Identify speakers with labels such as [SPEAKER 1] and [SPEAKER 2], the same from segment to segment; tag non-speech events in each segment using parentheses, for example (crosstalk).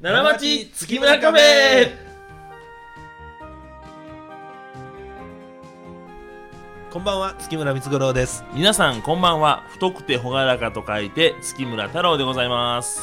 [SPEAKER 1] 奈良町月村カフェ
[SPEAKER 2] こんばんは月村光五郎です
[SPEAKER 1] 皆さんこんばんは太くて朗らかと書いて月村太郎でございます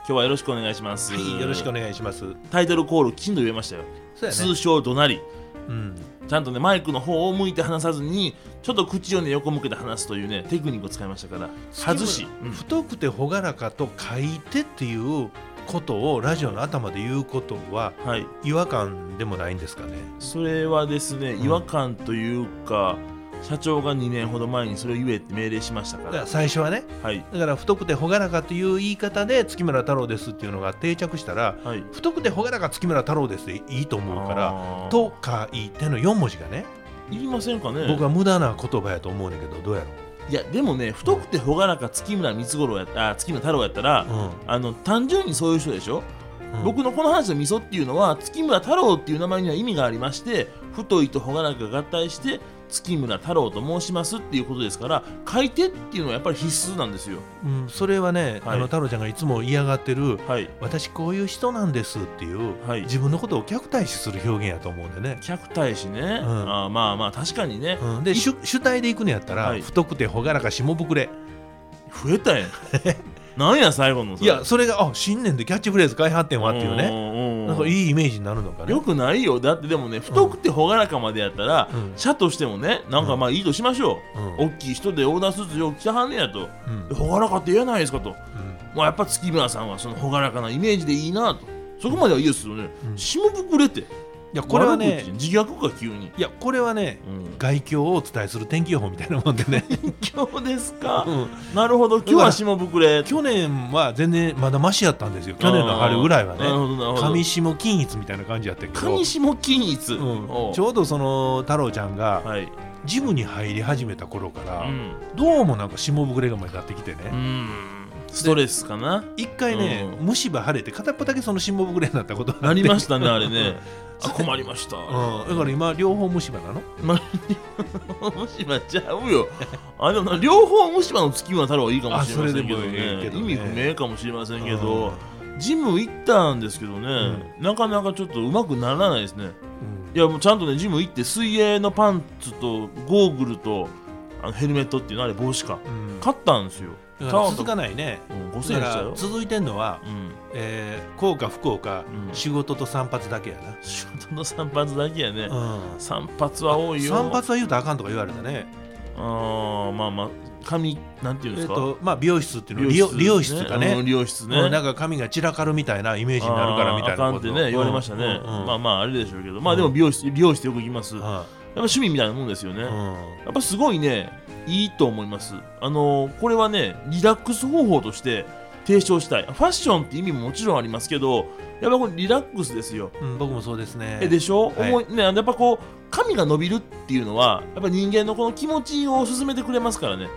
[SPEAKER 1] 今日はよろしくお願いします、
[SPEAKER 2] はいよろしくお願いします
[SPEAKER 1] タイトルコールきちんと言えましたよ、
[SPEAKER 2] そうや
[SPEAKER 1] 通
[SPEAKER 2] ね
[SPEAKER 1] 称怒鳴り
[SPEAKER 2] うん
[SPEAKER 1] ちゃんとねマイクの方を向いて話さずにちょっと口をね横向けて話すというねテクニックを使いましたから外し、うん
[SPEAKER 2] 太くて朗らかと書いてっていうことをラジオの頭で言うことは
[SPEAKER 1] はい
[SPEAKER 2] 違和感でもないんですかね
[SPEAKER 1] それはですね
[SPEAKER 2] ん
[SPEAKER 1] 違和感というか、社長が2年ほど前にそれを言えって命令しましたか
[SPEAKER 2] だから
[SPEAKER 1] ら
[SPEAKER 2] 最初はね
[SPEAKER 1] はい
[SPEAKER 2] だから太くて朗らかという言い方で月村太郎ですっていうのが定着したら
[SPEAKER 1] はい
[SPEAKER 2] 太くて朗らか月村太郎ですでいいと思うから
[SPEAKER 1] あー
[SPEAKER 2] と書いての4文字がね
[SPEAKER 1] 言いませんかね
[SPEAKER 2] 僕は無駄な言葉やと思うねんけどどうや
[SPEAKER 1] いやでもね太くて朗らか月村光五郎やったあ月村太郎やったら、
[SPEAKER 2] ろ
[SPEAKER 1] あの単純にそういう人でしょ、
[SPEAKER 2] う、うん
[SPEAKER 1] 僕のこの話の味噌っていうのは月村太郎っていう名前には意味がありまして太いと朗らかが合体して月村太郎と申しますっていうことですから書いてっていうのはやっぱり必須なんですよ
[SPEAKER 2] うん、それはね、
[SPEAKER 1] はい
[SPEAKER 2] あの太郎ちゃんがいつも嫌がってる
[SPEAKER 1] はい
[SPEAKER 2] 私こういう人なんですっていう、
[SPEAKER 1] はい
[SPEAKER 2] 自分のことを客体視する表現やと思うんでね、
[SPEAKER 1] 客対しね、
[SPEAKER 2] ん
[SPEAKER 1] あーまあまあ確かにね、
[SPEAKER 2] うん、で主主体で行くのやったら、
[SPEAKER 1] はい
[SPEAKER 2] 太くて朗らか下膨れ
[SPEAKER 1] 増えた
[SPEAKER 2] (laughs)
[SPEAKER 1] やんなんや最後のそ
[SPEAKER 2] い
[SPEAKER 1] れ
[SPEAKER 2] やそれがあ新年でキャッチフレーズ開発展はっていうね
[SPEAKER 1] ね
[SPEAKER 2] なんかいいイメージになるのかね
[SPEAKER 1] よくないよだってでもね太くて朗らかまでやったら、
[SPEAKER 2] うん
[SPEAKER 1] 社としてもねなんかまあいいとしましょう、
[SPEAKER 2] うん
[SPEAKER 1] 大きい人でオーダースーツよく着たはんねやと
[SPEAKER 2] うんうん
[SPEAKER 1] 朗らかって言えないですかと、まあ、やっぱ月村さんはその朗らかなイメージでいいなとそこまではいいですよね、
[SPEAKER 2] うん
[SPEAKER 1] 下膨れて
[SPEAKER 2] いやこれは
[SPEAKER 1] 悪
[SPEAKER 2] ね
[SPEAKER 1] 口自虐か急に、
[SPEAKER 2] いやこれはね (laughs)
[SPEAKER 1] うん、
[SPEAKER 2] 外境をお伝えする天気予報みたいなもんで
[SPEAKER 1] (laughs)
[SPEAKER 2] ね、
[SPEAKER 1] 今日ですか
[SPEAKER 2] うん
[SPEAKER 1] なるほど今日は下膨れ
[SPEAKER 2] 去年は全然まだマシやったんですよ去年の春ぐらいは
[SPEAKER 1] あーなる
[SPEAKER 2] ね
[SPEAKER 1] ほどなるほど
[SPEAKER 2] 上下均一みたいな感じやったけど
[SPEAKER 1] 上下均一、
[SPEAKER 2] う
[SPEAKER 1] お
[SPEAKER 2] ん、
[SPEAKER 1] う
[SPEAKER 2] ちょうどその太郎ちゃんが
[SPEAKER 1] はい、
[SPEAKER 2] ジムに入り始めた頃か
[SPEAKER 1] う
[SPEAKER 2] ら、
[SPEAKER 1] ん、
[SPEAKER 2] どうもなんか下膨れが前になってきて
[SPEAKER 1] う
[SPEAKER 2] ね、
[SPEAKER 1] んストレスかな
[SPEAKER 2] 一回ね、
[SPEAKER 1] うん
[SPEAKER 2] 虫歯腫れて片っぽだけその下膨れになったことがあ
[SPEAKER 1] な
[SPEAKER 2] って
[SPEAKER 1] りましたねあれ
[SPEAKER 2] (laughs)
[SPEAKER 1] ねあ困りました、
[SPEAKER 2] うん、だから今両方虫歯なの
[SPEAKER 1] 虫歯ちゃうよ。あでもな両方虫歯の月村太郎はいいかもしれませんけど
[SPEAKER 2] あそれでもい
[SPEAKER 1] ね
[SPEAKER 2] いけど
[SPEAKER 1] 意
[SPEAKER 2] ね
[SPEAKER 1] 味不明かもしれませんけど、ジム行ったんですけどね、なかなかちょっとうまくならないですね
[SPEAKER 2] うん
[SPEAKER 1] いやもうちゃんとねジム行って水泳のパンツとゴーグルとあのヘルメットっていうのあれ帽子か
[SPEAKER 2] うん
[SPEAKER 1] 買ったんですよ、
[SPEAKER 2] だ
[SPEAKER 1] タ
[SPEAKER 2] か
[SPEAKER 1] オ
[SPEAKER 2] ら
[SPEAKER 1] ルと
[SPEAKER 2] 続かないね
[SPEAKER 1] うん、5000円し
[SPEAKER 2] だか
[SPEAKER 1] た
[SPEAKER 2] ら
[SPEAKER 1] よ、
[SPEAKER 2] 続いてんのは、
[SPEAKER 1] うん、
[SPEAKER 2] えー、幸か不幸か、
[SPEAKER 1] うん
[SPEAKER 2] 仕事と散髪だけや
[SPEAKER 1] 仕事の散髪だけやね、
[SPEAKER 2] な、うん、
[SPEAKER 1] 散髪は多いよ
[SPEAKER 2] 散髪は言うとあかんとか言われたね
[SPEAKER 1] あーまあまあ髪なんていうん
[SPEAKER 2] え
[SPEAKER 1] です
[SPEAKER 2] っ
[SPEAKER 1] か、
[SPEAKER 2] とまあ美容室っていうの利用利容室かね
[SPEAKER 1] うん利容室ね、
[SPEAKER 2] うんなんか髪が散らかるみたいなイメージになるからみたい
[SPEAKER 1] あー
[SPEAKER 2] な
[SPEAKER 1] あかん
[SPEAKER 2] こ
[SPEAKER 1] っ
[SPEAKER 2] と
[SPEAKER 1] てね言われましたね、
[SPEAKER 2] うんうん
[SPEAKER 1] まあまああれでしょうけどまあ
[SPEAKER 2] うん
[SPEAKER 1] でも美容室利用してよく行きます、やっ
[SPEAKER 2] は
[SPEAKER 1] ぱ趣味みたいなもんですよね、
[SPEAKER 2] い
[SPEAKER 1] や
[SPEAKER 2] う
[SPEAKER 1] っぱすごいねいいと思いますあのーこれはねリラックス方法として提唱したいファッションって意味ももちろんありますけどやっぱこれリラックスですよ
[SPEAKER 2] んうん僕もそうですね
[SPEAKER 1] えでしょ、
[SPEAKER 2] はい
[SPEAKER 1] 思いね、やっぱこう髪が伸びるっていうのはやっぱ人間のこの気持ちを進めてくれますからね
[SPEAKER 2] うん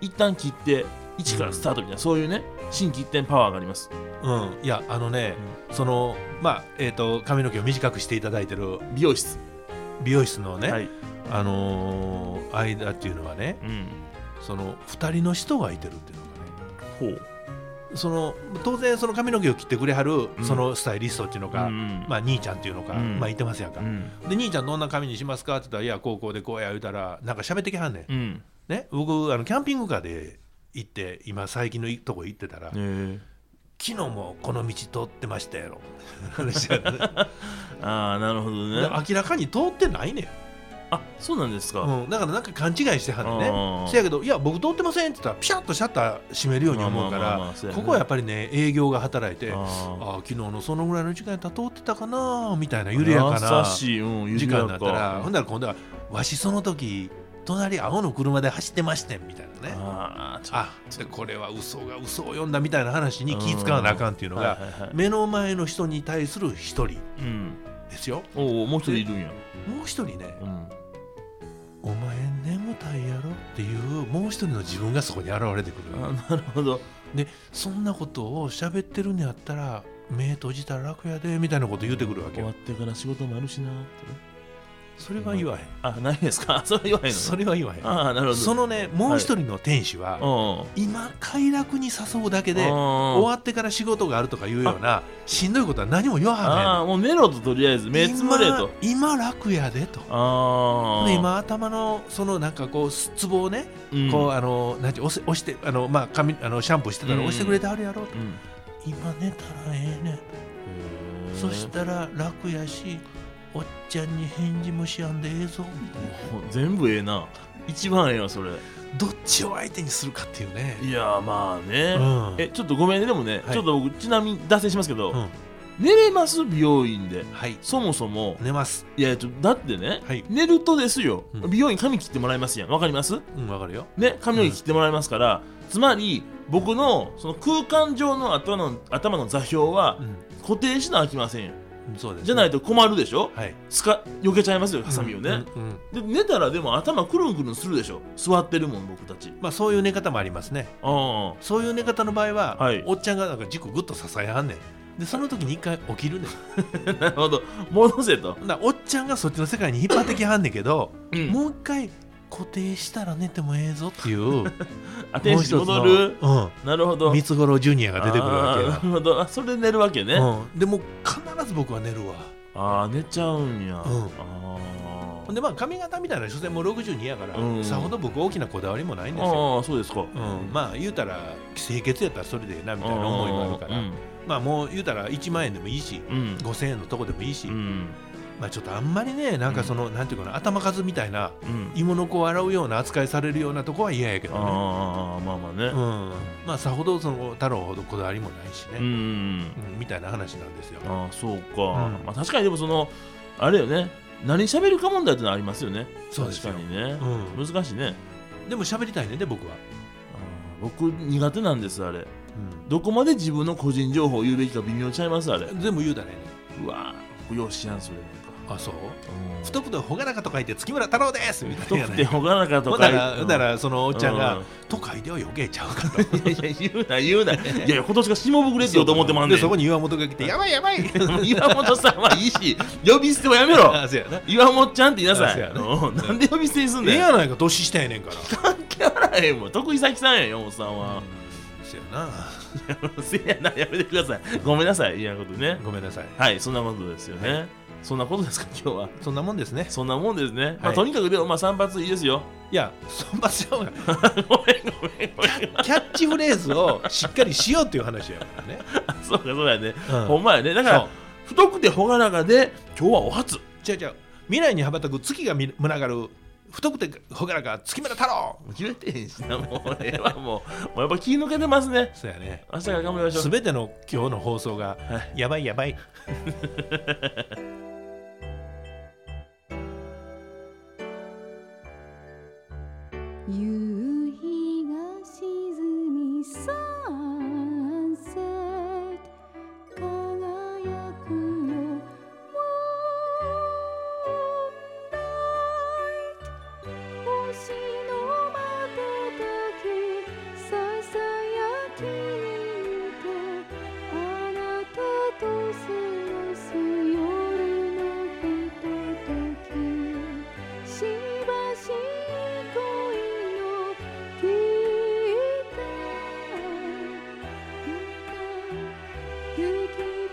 [SPEAKER 1] 一旦切って一からスタートみたいな、そういうね心機一転パワーがあります
[SPEAKER 2] うんいやあのねそのまあえっと髪の毛を短くしていただいてる
[SPEAKER 1] 美容室
[SPEAKER 2] 美容室の
[SPEAKER 1] は
[SPEAKER 2] ね
[SPEAKER 1] い、
[SPEAKER 2] あのー間っていうのはね
[SPEAKER 1] うん、
[SPEAKER 2] その2人の人がいてるっていうのがね
[SPEAKER 1] ほう
[SPEAKER 2] その当然その髪の毛を切ってくれはる
[SPEAKER 1] うん
[SPEAKER 2] そのスタイリストっていうのか
[SPEAKER 1] うん
[SPEAKER 2] まあ兄ちゃんっていうのか
[SPEAKER 1] うん
[SPEAKER 2] まあいてますやんか
[SPEAKER 1] うん
[SPEAKER 2] で兄ちゃんどんな髪にしますかって言ったら「いや高校でこうや」言うたらなんか喋ってきはんねん
[SPEAKER 1] うん
[SPEAKER 2] ね、僕あのキャンピングカーで行って今最近のいとこ行ってたら、
[SPEAKER 1] えー
[SPEAKER 2] 昨日もこの道通ってましたやろ (laughs) 話やね
[SPEAKER 1] ああなるほど
[SPEAKER 2] で
[SPEAKER 1] ね
[SPEAKER 2] (laughs) 明らかに通ってないねん、
[SPEAKER 1] あそうなんですか、
[SPEAKER 2] うん、だからなんか勘違いしてはんねん
[SPEAKER 1] あ
[SPEAKER 2] ね
[SPEAKER 1] ー
[SPEAKER 2] せやけど「いや僕通ってません」って言ったらピシャッとシャッター閉めるように思う
[SPEAKER 1] ま
[SPEAKER 2] か
[SPEAKER 1] あまあまあま
[SPEAKER 2] ら
[SPEAKER 1] あそうやね
[SPEAKER 2] ここはやっぱりね営業が働いてあ
[SPEAKER 1] あ
[SPEAKER 2] あー昨日のそのぐらいの時間やったら通ってたかなみたいな
[SPEAKER 1] ー
[SPEAKER 2] 緩やかな
[SPEAKER 1] 優しい、うん、緩
[SPEAKER 2] 時
[SPEAKER 1] や
[SPEAKER 2] 間
[SPEAKER 1] か
[SPEAKER 2] だったらほんなら今度は「わしその時隣青の車で走ってましてん」みたいなね。
[SPEAKER 1] あーちょっ
[SPEAKER 2] あでこれは嘘が嘘を読んだみたいな話に気使わなあかんっていう
[SPEAKER 1] と
[SPEAKER 2] の
[SPEAKER 1] はい
[SPEAKER 2] が
[SPEAKER 1] はいはい
[SPEAKER 2] 目の前の人に対する一人
[SPEAKER 1] うん、
[SPEAKER 2] ですよ
[SPEAKER 1] おおもう一人いるんや、
[SPEAKER 2] もう一人ね
[SPEAKER 1] うん、
[SPEAKER 2] 「お前眠たいやろ」っていうもう一人の自分がそこに現れてくる
[SPEAKER 1] あなるほど
[SPEAKER 2] でそんなことを喋ってるんやったら目閉じたら楽やでみたいなこと言うてくるわけ
[SPEAKER 1] 終わ
[SPEAKER 2] よ
[SPEAKER 1] ってから仕事もあるしなーってね
[SPEAKER 2] それは言わへん、
[SPEAKER 1] あないですか (laughs) それは言わへんの
[SPEAKER 2] それは言わへん
[SPEAKER 1] ああなるほど
[SPEAKER 2] そのねもう一人の天使は、
[SPEAKER 1] の
[SPEAKER 2] 今快楽に誘うだけ
[SPEAKER 1] うん
[SPEAKER 2] で終
[SPEAKER 1] わ
[SPEAKER 2] わってから仕事があるとかいうようなしんどいことは何も言わ
[SPEAKER 1] あ
[SPEAKER 2] は
[SPEAKER 1] あもう寝ろととりあえず
[SPEAKER 2] んね
[SPEAKER 1] 目
[SPEAKER 2] ん
[SPEAKER 1] つむれと
[SPEAKER 2] 今今楽やでと
[SPEAKER 1] ああ
[SPEAKER 2] で、今頭のそのなんかこうすつぼをね、
[SPEAKER 1] うん
[SPEAKER 2] こうあのなんて押せ押してあのまあ髪あのシャンプーしてたら
[SPEAKER 1] うん
[SPEAKER 2] 押してくれてあるやろと、
[SPEAKER 1] うん
[SPEAKER 2] 今寝たらええねんそしたら楽やしおっちゃんに返事もしやんでええぞみたいな
[SPEAKER 1] もう全部ええな一番ええわそれ
[SPEAKER 2] どっちを相手にするかっていうね
[SPEAKER 1] いやーまあ
[SPEAKER 2] う
[SPEAKER 1] ね、
[SPEAKER 2] ん
[SPEAKER 1] えちょっとごめんねでもね、
[SPEAKER 2] はい
[SPEAKER 1] ちょっと僕ちなみに脱線しますけど、
[SPEAKER 2] うん
[SPEAKER 1] 寝れます美容院で
[SPEAKER 2] はい
[SPEAKER 1] そもそも
[SPEAKER 2] 寝ます
[SPEAKER 1] いやえっとだってね、
[SPEAKER 2] はい
[SPEAKER 1] 寝るとですよ、
[SPEAKER 2] うん
[SPEAKER 1] 美容院髪切ってもらいますやんわかります
[SPEAKER 2] うんわかるよ
[SPEAKER 1] ね髪の毛切ってもらいますから、つまり僕のその空間上の頭の頭の座標は
[SPEAKER 2] う
[SPEAKER 1] 固定しなあきませんよ
[SPEAKER 2] んそうです
[SPEAKER 1] じゃない
[SPEAKER 2] と
[SPEAKER 1] と困るでしょ
[SPEAKER 2] はい
[SPEAKER 1] すか避けちゃいますよハサミをね、
[SPEAKER 2] うんうんうん
[SPEAKER 1] で寝たらでも頭くるんくるんするでしょ座ってるもん僕たち
[SPEAKER 2] まあそういう寝方もありますね
[SPEAKER 1] あ (laughs)
[SPEAKER 2] そういう寝方の場合は、
[SPEAKER 1] はい
[SPEAKER 2] おっちゃんがなんか軸ぐっと支えはんねんでその時に一回起きるねん
[SPEAKER 1] あなるほど戻せと、
[SPEAKER 2] だからおっちゃんがそっちの世界に引っ張ってきはんねんけど、
[SPEAKER 1] うん
[SPEAKER 2] もう一回固定したら寝てもええぞっていうもう
[SPEAKER 1] あ (laughs) 天
[SPEAKER 2] 一つ
[SPEAKER 1] 使に戻
[SPEAKER 2] の、
[SPEAKER 1] る
[SPEAKER 2] うん、
[SPEAKER 1] なるほど
[SPEAKER 2] 三つ五郎ジュニアが出てくるわけ
[SPEAKER 1] あーな
[SPEAKER 2] や
[SPEAKER 1] るほどあそれで寝るわけね、あ
[SPEAKER 2] うん、でもう必ず僕は寝るわ
[SPEAKER 1] あー寝ちゃうんや、
[SPEAKER 2] うん
[SPEAKER 1] あ
[SPEAKER 2] ほんでまあ髪型みたいな所詮もう62やから、
[SPEAKER 1] うん
[SPEAKER 2] さほど僕大きなこだわりもないんですよ、
[SPEAKER 1] ああそうですか、
[SPEAKER 2] うんまあ言うたら清潔やったらそれでええなみたいな思いもあるから、
[SPEAKER 1] うん
[SPEAKER 2] まあもう言うたら1万円でもいいし
[SPEAKER 1] うん
[SPEAKER 2] 5000円のとこでもいいし、
[SPEAKER 1] うん
[SPEAKER 2] まあちょっとあんまりねなんかその、なんていうかな頭数みたいな
[SPEAKER 1] うん
[SPEAKER 2] 芋の子を洗うような扱いされるようなとこは嫌やけどね
[SPEAKER 1] ああまあまあね
[SPEAKER 2] うん、まあさほどその太郎ほどこだわりもないし
[SPEAKER 1] うん、
[SPEAKER 2] ね、うんみたいな話なんですよ。
[SPEAKER 1] ああそうか、
[SPEAKER 2] ん
[SPEAKER 1] まあ、確かにでもそのあれよね何喋るか問題ってのはありますよね
[SPEAKER 2] そうですよ
[SPEAKER 1] 確かにね
[SPEAKER 2] う、ん、
[SPEAKER 1] 難しいね
[SPEAKER 2] でも喋りたいねんで僕は、
[SPEAKER 1] あー僕苦手なんですあれ
[SPEAKER 2] う
[SPEAKER 1] どこまで自分の個人情報を言うべきか微妙ちゃいますあれ
[SPEAKER 2] ん、全部言うだね
[SPEAKER 1] うわーよしやんそれなんか
[SPEAKER 2] あそう
[SPEAKER 1] うん
[SPEAKER 2] 太くてほがらかと書いて月村太郎ですみた
[SPEAKER 1] 太
[SPEAKER 2] いな
[SPEAKER 1] くて
[SPEAKER 2] ね
[SPEAKER 1] ほがらかと
[SPEAKER 2] ほ
[SPEAKER 1] か
[SPEAKER 2] んだらほんだ
[SPEAKER 1] うん
[SPEAKER 2] らそのおっちゃんが、
[SPEAKER 1] う
[SPEAKER 2] 都会では余計ちゃうかと
[SPEAKER 1] いやいや言うな言うないやいや今年が下僕れって言おうと思ってまんねん
[SPEAKER 2] でそこに岩本が来て「やばいやばい!
[SPEAKER 1] 岩本さんはいいし呼び捨てはやめ」ろ
[SPEAKER 2] あそうやな
[SPEAKER 1] (laughs) 岩本ちゃんって言いなさ
[SPEAKER 2] あ
[SPEAKER 1] い
[SPEAKER 2] そうやね
[SPEAKER 1] うんなんで呼び捨てにすん
[SPEAKER 2] ええ
[SPEAKER 1] ねん
[SPEAKER 2] やないか年下やねんから
[SPEAKER 1] 関係あらへんもん徳井咲さんやん山本さんは、
[SPEAKER 2] そうやな
[SPEAKER 1] せやなやめてくださいごめんなさい嫌なことね
[SPEAKER 2] ごめんなさい
[SPEAKER 1] はいそんなことですよね、そんなことですか (laughs) 今日は
[SPEAKER 2] そんなもんですね
[SPEAKER 1] そんなもんですね、ま
[SPEAKER 2] は
[SPEAKER 1] あ、
[SPEAKER 2] い
[SPEAKER 1] とにかくでもまあ散髪いいですよ (laughs)
[SPEAKER 2] いやそんばちゃうや
[SPEAKER 1] ご
[SPEAKER 2] ん
[SPEAKER 1] めんごめんごめん
[SPEAKER 2] キャッチフレーズをしっかりしようっていう話やからね。
[SPEAKER 1] あそうかそうやね、
[SPEAKER 2] うん
[SPEAKER 1] ほんまやねだか
[SPEAKER 2] そ
[SPEAKER 1] ら
[SPEAKER 2] う
[SPEAKER 1] 太くて朗らかで今日はお初
[SPEAKER 2] じゃあじゃあ未来に羽ばたく月がみ群がる太くてほがらか月村太郎
[SPEAKER 1] 言えてへんしなもうええわもうもうやっぱ気抜けてますね
[SPEAKER 2] そうやね。
[SPEAKER 1] 明日から頑張りましょう
[SPEAKER 2] すべての今日の放送が
[SPEAKER 1] は
[SPEAKER 2] やばいやばい。
[SPEAKER 3] 夕日が沈みサンセット輝くよ One night 星の瞬きささやきによってあなたと過ごす夜のひとときしばし恋の期待」「ゆき